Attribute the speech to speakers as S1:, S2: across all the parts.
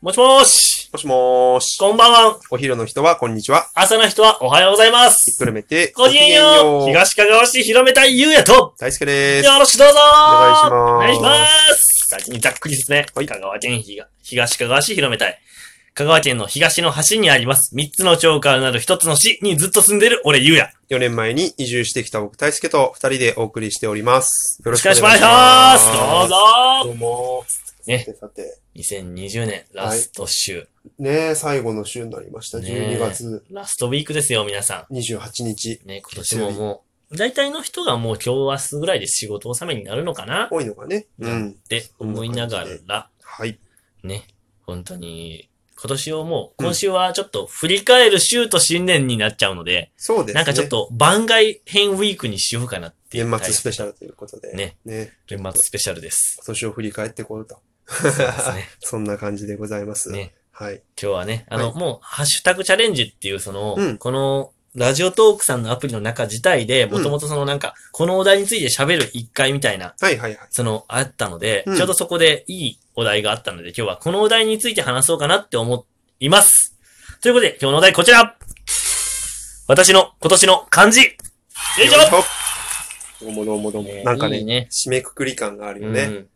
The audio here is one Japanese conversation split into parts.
S1: もしもーし。
S2: もしもーし。
S1: こんばんは。
S2: お昼の人は、こんにちは。
S1: 朝の人はおはようございます。
S2: くるめて、
S1: ごきげんよう。
S2: 東
S1: 東かがわ市広めたゆうやと、
S2: 大輔です。
S1: よろしくどうぞ
S2: お
S1: お
S2: 願いします
S1: す。先にざっくりですね。
S2: はい
S1: 香川県ひが東かがわ市広めたい。香川県の東の端にあります。三つの町からなる一つの市にずっと住んでる俺ゆうや。よ
S2: 4年前に移住してきた僕、大輔と二人でお送りしております。よ
S1: ろしくお願いします。どうぞ
S2: どうもー。
S1: ね
S2: さてさて。
S1: 2020年ラスト週、
S2: ねえ、最後の週になりました。
S1: ね
S2: 12
S1: え
S2: 月
S1: ラストウィークですよ、皆さ
S2: 28日。
S1: ん。ね、今年ももう、大体の人がもう今日明日ぐらいで仕事納めになるのかな
S2: 多いのがね。う
S1: なん
S2: ん。
S1: って思いながら、
S2: はい。
S1: ね、本当に、今年をもう、今週はちょっと振り返る週と新年になっちゃうので、
S2: そうですね。
S1: なんかちょっ。と番外編ウィークにしようかなっていう。
S2: 年末スペシャルということで。
S1: ね。
S2: ね。
S1: 年末スペシャル です。
S2: 今年を振り返ってこうと。
S1: そうですね。
S2: そんな感じでございます。
S1: ね
S2: はい。
S1: 今日はね、あの、
S2: はい
S1: もう、ハッシュタグチャレンジっていう、その、
S2: うん
S1: この、ラジオトークさんのアプリの中自体で、もともとそのなんか、このお題について喋る一回みたいな、
S2: はいはいはい。
S1: その、あったので、
S2: うん
S1: ちょうどそこでいいお題があったので、今日はこのお題について話そうかなって思います。ということで、今日のお題こちら私の今年の漢字よいしょ
S2: どうもどうもどうも。なんか
S1: いい
S2: ね、
S1: ね。
S2: 締めくくり感があるよね。
S1: うん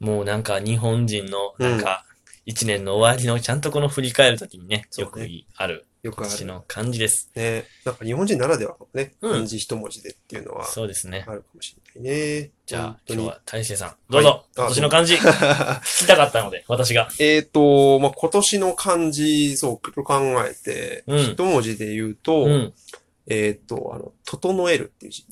S1: もうなんか日本人の、なんか、一年の終わりのちゃんとこの振り返るときにね、
S2: そう
S1: よ
S2: ね
S1: くいある、
S2: よく
S1: 今
S2: あ
S1: 年
S2: る。
S1: の漢字です。
S2: ね。なんか日本人ならではのね、
S1: うん
S2: 漢字一文字でっていうのは
S1: そうですね。
S2: あるかもしれないね。
S1: じゃあ
S2: 本、当
S1: 今日
S2: に。
S1: は大成さん、どうぞ、
S2: はいあ
S1: 今年の漢 字、聞きたかったので、私が。
S2: えっと、まあ、今年の漢字、そう、考えて、
S1: うん
S2: 一文字で言うと、
S1: うん。
S2: えっと、あの、整えるっていう字。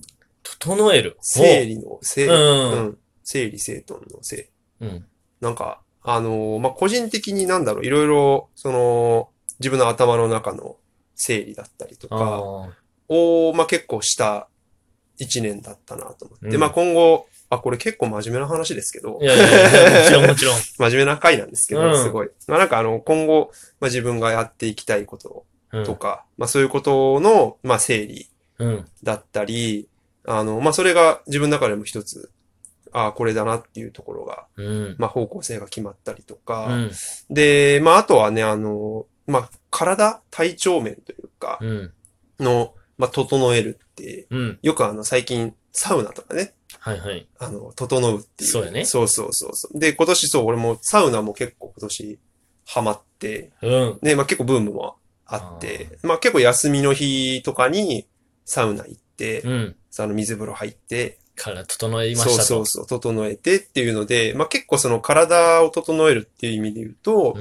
S1: 整える。
S2: 整理の、整
S1: う
S2: 理、
S1: ん
S2: う。ん。整理整頓の整。
S1: うん。
S2: なんか、あのーまあ、個人的になんだろう、いろいろ、その、自分の頭の中の整理だったりと
S1: あー
S2: かを、まあ、結構した一年だったなと思って、
S1: うん
S2: まあ、今後、あ、これ結構真面目な話ですけど
S1: い、やいやいや、もちろんもちろん。
S2: 真面目な回なんですけ
S1: うん
S2: ど、すごい。まあ、なんかあの、今後、まあ、自分がやっていきたいこと
S1: うん
S2: とか、まあ、そういうことの、まあ、整理
S1: うん。
S2: だったり、あの、まあ、それが自分の中でも一つ、ああ、これだなっていうところが、
S1: うん。
S2: まあ、方向性が決まったりとか、
S1: うん。
S2: で、まあ、あとはね、あの、まあ、体、体調面というか、
S1: うん。
S2: の、まあ、整えるって、
S1: うん。
S2: よくあの、最近、サウナとかね、
S1: はいはい。
S2: あの、整うっていう。
S1: そうやね
S2: そうそうそうそう。で、今年そう、俺もサウナも結構今年、ハマって、
S1: うん。
S2: ね、まあ、結構ブームもあって、まあ、結構休みの日とかに、サウナ行って、
S1: うん。
S2: あの、水風呂入って、
S1: から整いま
S2: そう
S1: したと。
S2: そうそう、整えてっていうので、まあ、結構その体を整えるっていう意味で言うと、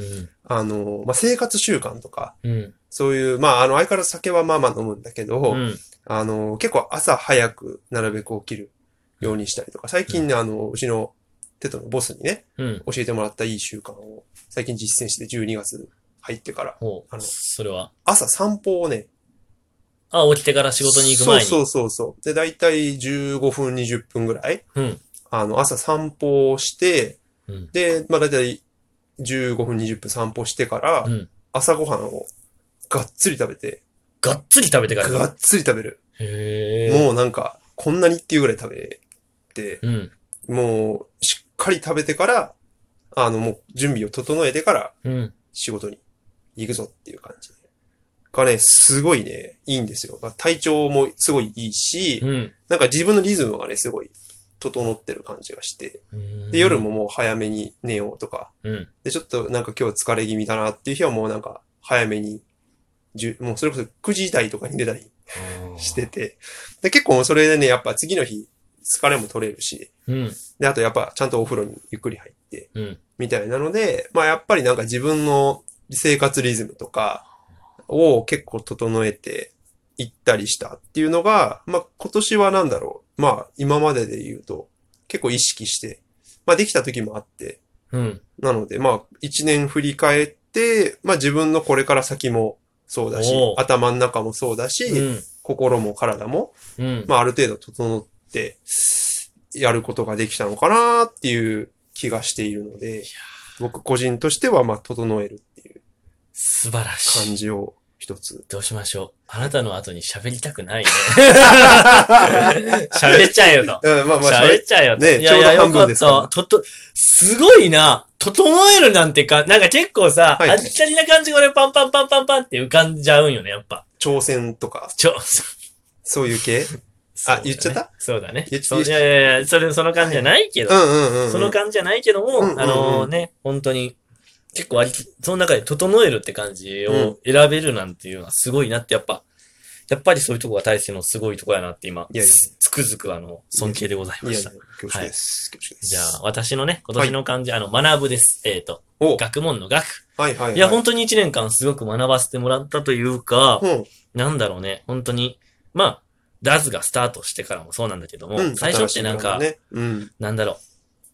S2: あの、まあ、生活習慣とか、
S1: うん。うん。
S2: そういう、まあ、あの、相変わらず酒はまあまあ飲むんだけど、
S1: うん。
S2: あの、結構朝早くなるべく起きるようにしたりとか、最近ね、あの、うちのテトのボスにね、
S1: うん。
S2: 教えてもらったいい習慣を最近実践して12月入ってから、
S1: ほ
S2: あ
S1: う。
S2: の
S1: それは。
S2: 朝散歩をね、
S1: あ、起きてから仕事に行く前に。
S2: そうそうそうそう。で、だいたい15分、20分ぐらい、
S1: うん
S2: あの、朝散歩をして、
S1: うん
S2: で、まあ、だいたい15分、20分散歩してから、
S1: うん
S2: 朝ごはんをがっつり食べて、
S1: がっつり食べてから。
S2: がっつり食べる。
S1: へえ。
S2: もうなんか、こんなにっていうぐらい食べて、
S1: うん。
S2: もう、しっかり食べてから、あの、もう、準備を整えてから、
S1: うん。
S2: 仕事に行くぞっていう感じ。がね、すごいね、いいんですよ。まあ体調もすごいいいし
S1: う、ん。
S2: なんか自分のリズムがね、すごい、整ってる感じがして、
S1: うん
S2: で、夜。ももう早めに寝ようとか、
S1: うん。
S2: で、ちょっとなんか今日疲れ気味だなっていう日はもうなんか、早めに、じゅもうそれこそ9時台とかに出たり、して。て。で、結構それでね、やっぱ次の日、疲れも取れるし、
S1: うん。
S2: で、あとやっぱちゃんとお風呂にゆっくり入って、
S1: うん。
S2: みたいなので、まあやっぱりなんか自分の生活リズムとかを結構整えていったりしたっていうのが、まあ今年はなんだろう。まあ今までで言うと結構意識して、まあできた時もあって、
S1: うん。
S2: なので、まあ、一年振り返って、まあ自分のこれから先もそうだし
S1: おう、
S2: 頭の中もそうだし、
S1: うん。
S2: 心も体も
S1: うん。
S2: まあ、ある程度整って、やることができたのかなっていう気がしているので、僕個人としては、まあ、整えるっていう
S1: 素晴らし
S2: 感
S1: い。
S2: じを一つ。
S1: どうしましょう。あなたの後に喋りたくないね。 喋っちゃえよと。
S2: うん、まあまあ、
S1: 喋っちゃえよと。
S2: ね
S1: いやいや
S2: ちょうど半分ですから
S1: よかったとと、すごいな。整えるなんてか、なんか結構さ、
S2: はい
S1: ありきたりな感じが俺パンパンパンパンパンって浮かんじゃうんよね、やっぱ。
S2: 挑戦とか、
S1: ちょ、
S2: そういう系
S1: そうだね
S2: 言っちゃった
S1: そうだね。
S2: 言っ
S1: そうい
S2: 言
S1: やいやいや、それ、その感じじゃないけど
S2: う。んうんうんうん。
S1: その感じじゃないけども、
S2: うんうんうん
S1: あのね、本当に、結構ありき、その中で整えるって感じを選べるなんていうのはすごいなって、やっぱ、やっぱりそういうとこが大勢のすごいとこやなって今、
S2: いやいや
S1: つつくづくあの、尊敬でございま
S2: いや
S1: し
S2: いや
S1: た。、
S2: 恐縮です。恐縮です。
S1: じゃあ、私のね、今年の漢字、あの、学ぶです。えっ、と、
S2: お、
S1: 学問の学。
S2: はいはいはい。
S1: いや、本当に一年間すごく学ばせてもらったというか、
S2: うん。
S1: なんだろうね、本当に、まあ、ダズがスタートしてからもそうなんだけども、
S2: うん。
S1: 最初ってなんか、
S2: 新しいものね
S1: なんだろう、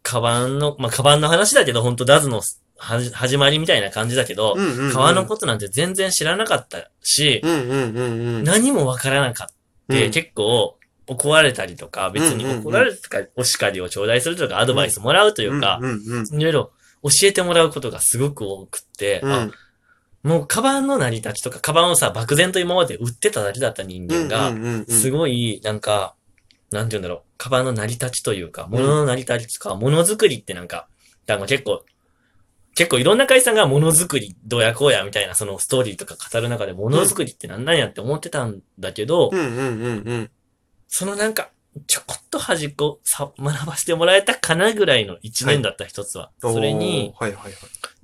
S1: カバンの、まあ、カバンの話だけど、本当ダズのはじ始まりみたいな感じだけど
S2: う、ん。うんうんうん。
S1: 革のことなんて全然知らなかったし、
S2: うんうんうんうん。
S1: 何もわからなかった。
S2: うん
S1: 結構、怒られたりとか、別に
S2: うんうんうん
S1: 怒られたか、お叱りを頂戴するとか、アドバイスもらうというか
S2: う、んうん
S1: いろいろ教えてもらうことがすごく多くって、
S2: うん。
S1: あもうカバンの成り立ちとか、カバンをさ、漠然と今まで売ってただけだった人間が、す
S2: ごい。
S1: ごい、なんか、なんて言うんだろう、カバンの成り立ちというか、物の成り立ちとか、ものづくりってなんか、なんか結構、結構いろんな会社がものづくり、どうやこうやみたいなそのストーリーとか語る中で、ものづくりってなんなんやって思ってたんだけど、
S2: うんうんうんうん。
S1: そのなんか、ちょこっと端っこさ、学ばせてもらえたかなぐらいの一年だった一つは。それに、
S2: おー、はいはいはい。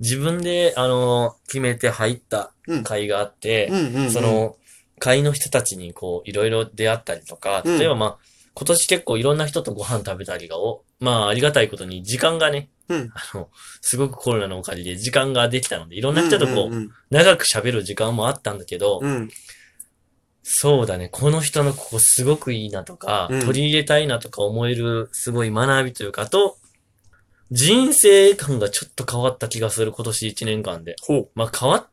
S1: 自分で、あの、決めて入った会があって、
S2: うんうんうん。
S1: そ、の、会の人たちにこう、いろいろ出会ったりとか、
S2: うん
S1: 例えばまあ、今年結構いろんな人とご飯食べたりがお、まあ、ありがたいことに時間がね、
S2: うん
S1: あの、すごくコロナのおかげで時間ができたので、いろんな人とこ
S2: ん
S1: う、
S2: ん
S1: 長く喋る時間もあったんだけど、
S2: うん。うん
S1: そうだね、この人のここすごくいいなとか、
S2: うん
S1: 取り入れたいなとか思える、すごい学びというか、あと、人生観がちょっと変わった気がする、今年1年間で。
S2: ほ
S1: まあ、変わ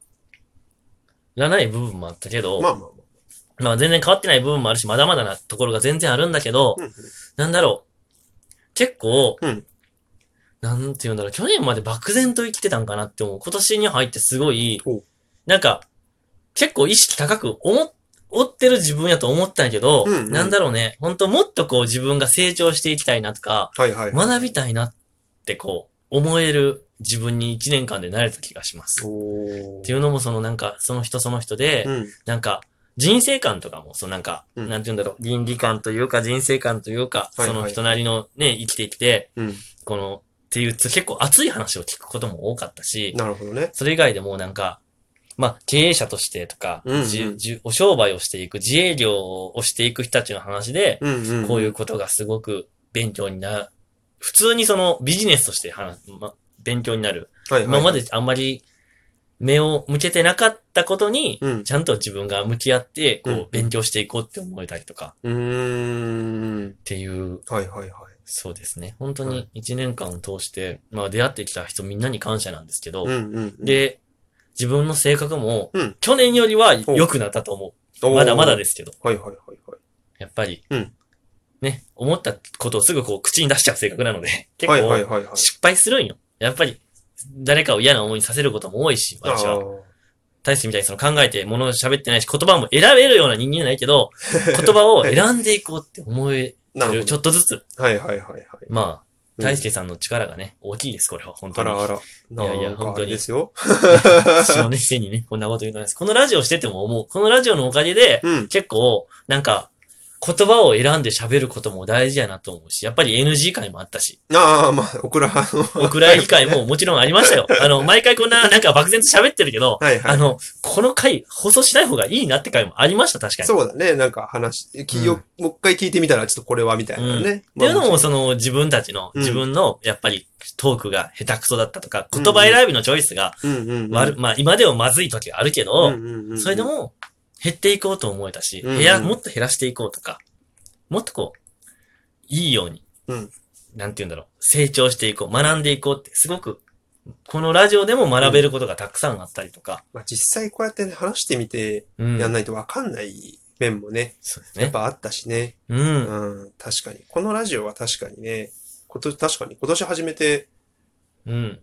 S1: らない部分もあったけど、
S2: う。まあまあまあ。
S1: まあ全然変わってない部分もあるし、まだまだなところが全然あるんだけど、
S2: うんうん
S1: なんだろう。結構、
S2: うん
S1: なんて言うんだろう、去年まで漠然と生きてたんかなって思う。今年に入ってすごい
S2: お、
S1: なんか、結構意識高く思、追ってる自分やと思ったんやけど、
S2: うんうん
S1: なんだろうね、本当もっとこう自分が成長していきたいなとか、
S2: はいはい。
S1: 学びたいなってこう、思える自分に1年間でなれた気がします。
S2: おー
S1: っていうのもそのなんか、その人その人で、
S2: うん。
S1: なんか、人生観とかも、そのなんか、
S2: うん
S1: なんて言うんだろう、倫理観というか人生観というか、
S2: はいはい
S1: その人なりのね、生きてきて、
S2: うん。
S1: この、っていうつ、結構熱い話を聞くことも多かったし、
S2: なるほどね。
S1: それ以外でもなんか、まあ、経営者としてとか、
S2: うんうん
S1: じじお商売をしていく、自営業をしていく人たちの話で、
S2: うんうん。。
S1: こういううことがすごく勉強になる。普通にそのビジネスとして話、ま、勉強になる。
S2: はいは
S1: 今
S2: い。
S1: まであんまり目を向けてなかったことに、
S2: うん。
S1: ちゃんと自分が向き合って、こ
S2: う、
S1: うん勉強していこうって思えたりとか、
S2: うーん。
S1: っていう、
S2: はいはいはい。
S1: そうですね。本当
S2: は
S1: に1年間を通して、まあ出会ってきた人みんなに感謝なんですけど
S2: うん、うんうん。、
S1: で、自分の性格も
S2: うん、
S1: 去年よりは良くなったと思う。まだまだですけど、
S2: す。はいはいはいはい。
S1: やっぱり
S2: うん、
S1: ね、思ったことをすぐこう口に出しちゃう性格なので、結
S2: はいはい
S1: 構
S2: はいはい。
S1: 失敗するんよ。やっぱり、誰かを嫌な思いにさせることも多いし、私は
S2: あ。ー
S1: 大してみたいにその考えて物を喋ってないし、言葉も選べるような人間じゃないけ ど、言葉を選んでいこうって思え
S2: なる
S1: る、
S2: ほ
S1: ちょ
S2: ど。
S1: っとずつ。
S2: はいはいはいはい。
S1: まあ、
S2: うん
S1: 大輔さんの力がね、大きいです、これは、本当
S2: あ
S1: に。
S2: らあ
S1: い
S2: ら。
S1: やいや
S2: なんか
S1: 本当に
S2: あれですよ。
S1: 私のね、せいにね、こんなこと言うとないです。このラジオしてても思う。このラジオのおかげで、
S2: うん。
S1: 結構、なんか、言葉を選んで喋ることも大事やなと思うし、やっぱり NG 会もあったし、
S2: ああ、まあ、オクラ派の。
S1: お蔵入り会ももちろんありました よ。あの、毎回こんな、なんか漠然と喋ってるけど、
S2: はいは
S1: あ
S2: い。
S1: の、この回、放送しない方がいいなって回もありました、確かに。
S2: そうだね。なんか話、きよもう一回聞いてみたら、ちょっとこれはみたいなね。
S1: っていうの
S2: ま
S1: も、
S2: あ
S1: その、自分たちの、
S2: うん
S1: 自分の、やっぱり、トークが下手くそだったとか、言葉選びのチョイスが、
S2: うんうんうん。
S1: 悪まあ、今でもまずい時があるけ
S2: うん
S1: ど、
S2: うんうんうん
S1: それで、も、減っていこうと思えたし、
S2: うんうん
S1: 部屋、もっと減らしていこうとか、もっとこう、いいように、
S2: うん
S1: なんて言うんだろう、成長していこう、学んでいこうって、すごく、このラジオでも学べることがたくさんあったりとか、
S2: まあ、実際こうやってね、話してみて
S1: うん。
S2: やんないとわかんない面もね、
S1: そうです
S2: やっ
S1: ね。
S2: ぱあったしね。
S1: う。
S2: うんん、確かに。このラジオは確かにね、こと、確かに今年始めて、
S1: うん。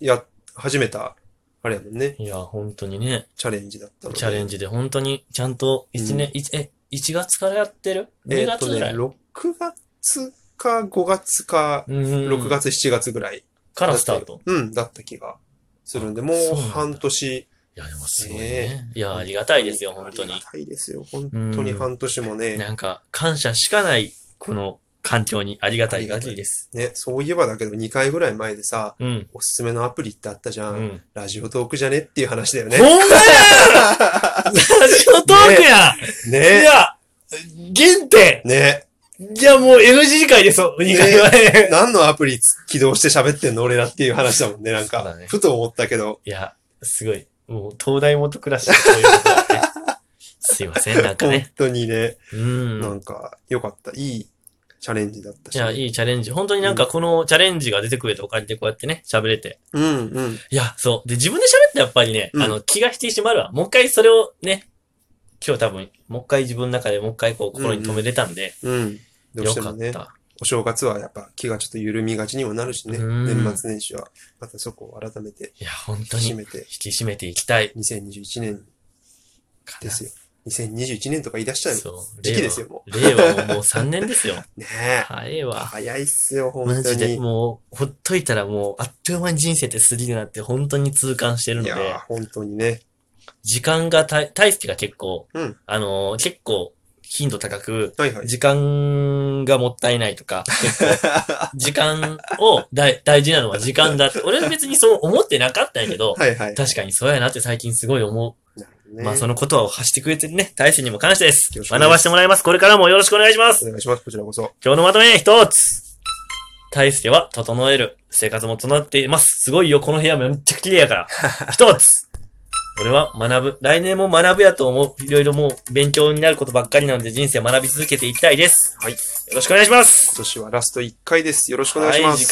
S2: や、始めたあれやもんね、
S1: いや、本当にね、
S2: チャレンジだったので。
S1: チャレンジで本当にちゃんと1年、一え、1月からやってる ?2
S2: えーっ
S1: 月
S2: と
S1: ぐ
S2: ね、
S1: らい、
S2: 6月か5月か、
S1: 6
S2: 6月、7月ぐらい
S1: から
S2: だ
S1: ス
S2: っ
S1: タ
S2: た
S1: ー
S2: よ。
S1: ト。
S2: うん、だった気がするんで、も
S1: そう
S2: う
S1: なんだ
S2: 半年。
S1: いや、でもすごいね。いや、ありがたいですよ、本当
S2: あ
S1: に
S2: り。がたいですよ、本当に
S1: うん
S2: 半年もね。
S1: なんか、感謝しかない、この環境にありがたい限りです。
S2: ね、そういえばだけど2回ぐらい前でさ、
S1: うん。
S2: おすすめのアプリってあったじゃ。
S1: うんん。
S2: ラジオトークじゃねっていう話だ
S1: ほ
S2: よね
S1: ん。まやラジオトークや、い
S2: ね。
S1: や、原点
S2: ね。
S1: いや、もう NG 回ですよ、2回はね。
S2: 何のアプリ起動して喋ってんの俺らっていう話だもんね、なん
S1: そう
S2: か
S1: だ。ね
S2: ふと思ったけど。
S1: いや、すごい。もう、東大元暮らしとこういうこと だね。すいません、なんか
S2: 本
S1: ね。
S2: 当にね、
S1: う。
S2: なんんか良かった。いいチャレンジだった
S1: い
S2: し。
S1: や、いいチャレンジ。本当になんかこのチャレンジが出てくれたおかげでこうやってね、喋れて。
S2: うんうん。
S1: いや、そう。で、自分で喋ってやっぱりね、
S2: うん
S1: あの、気が引き締まるわ。もう一回それをね、今日多分、もう一回自分の中でもう一回こう心に留めれたんで、
S2: うん。どう
S1: よ
S2: して
S1: か
S2: も
S1: っ
S2: ね、
S1: た。
S2: お正月はやっぱ気がちょっと緩みがちにもなるしね、
S1: うん
S2: 年末年始は、またそこを改めて
S1: いや、本当に
S2: 締
S1: 引
S2: めて、
S1: き締めていきたい。
S2: 2021年ですよ。2021年とか言い出しちゃうよ
S1: そう。
S2: 時期ですよ、も
S1: 令和。令和ももう3年ですよ。
S2: う。ねえ。
S1: 早いわ。
S2: 早いっすよ、 本
S1: マ
S2: 当
S1: ジで、
S2: に。
S1: もう、ほっといたらもう、あっという間に人生って過ぎるなって本当に痛感してるの
S2: い
S1: で
S2: や、ー、本当にね。
S1: 時間がた、大好きが結構、
S2: うん
S1: あのー結構、頻度高く、
S2: はいはい。
S1: 時間がもったいないとか、結 構、時間を大、大事なのは時間だって、俺は別にそう思ってなかったんやけど、
S2: はいはい。
S1: 確かにそうやなって最近すごい思
S2: なるほど
S1: う。
S2: ね。
S1: まあその言葉を発してくれてるね、大使にも感謝です
S2: よろし。くお願
S1: 学
S2: いします
S1: ばしてもらいます。これからもよろしくお願いします
S2: お。願いします、こちらこそ。
S1: 今日のまとめ、一つ大輔は整える。生活も整っています。すごいよ、この部屋めっちゃ綺麗や から。一つ俺は学ぶ。来年も学ぶやと思う。いろいろもう勉強になることばっかりなので人生学び続けていきたいです。
S2: はい
S1: よろしくお願いします。
S2: 今年はラスト1回です。よろしくお願いします。
S1: はい、次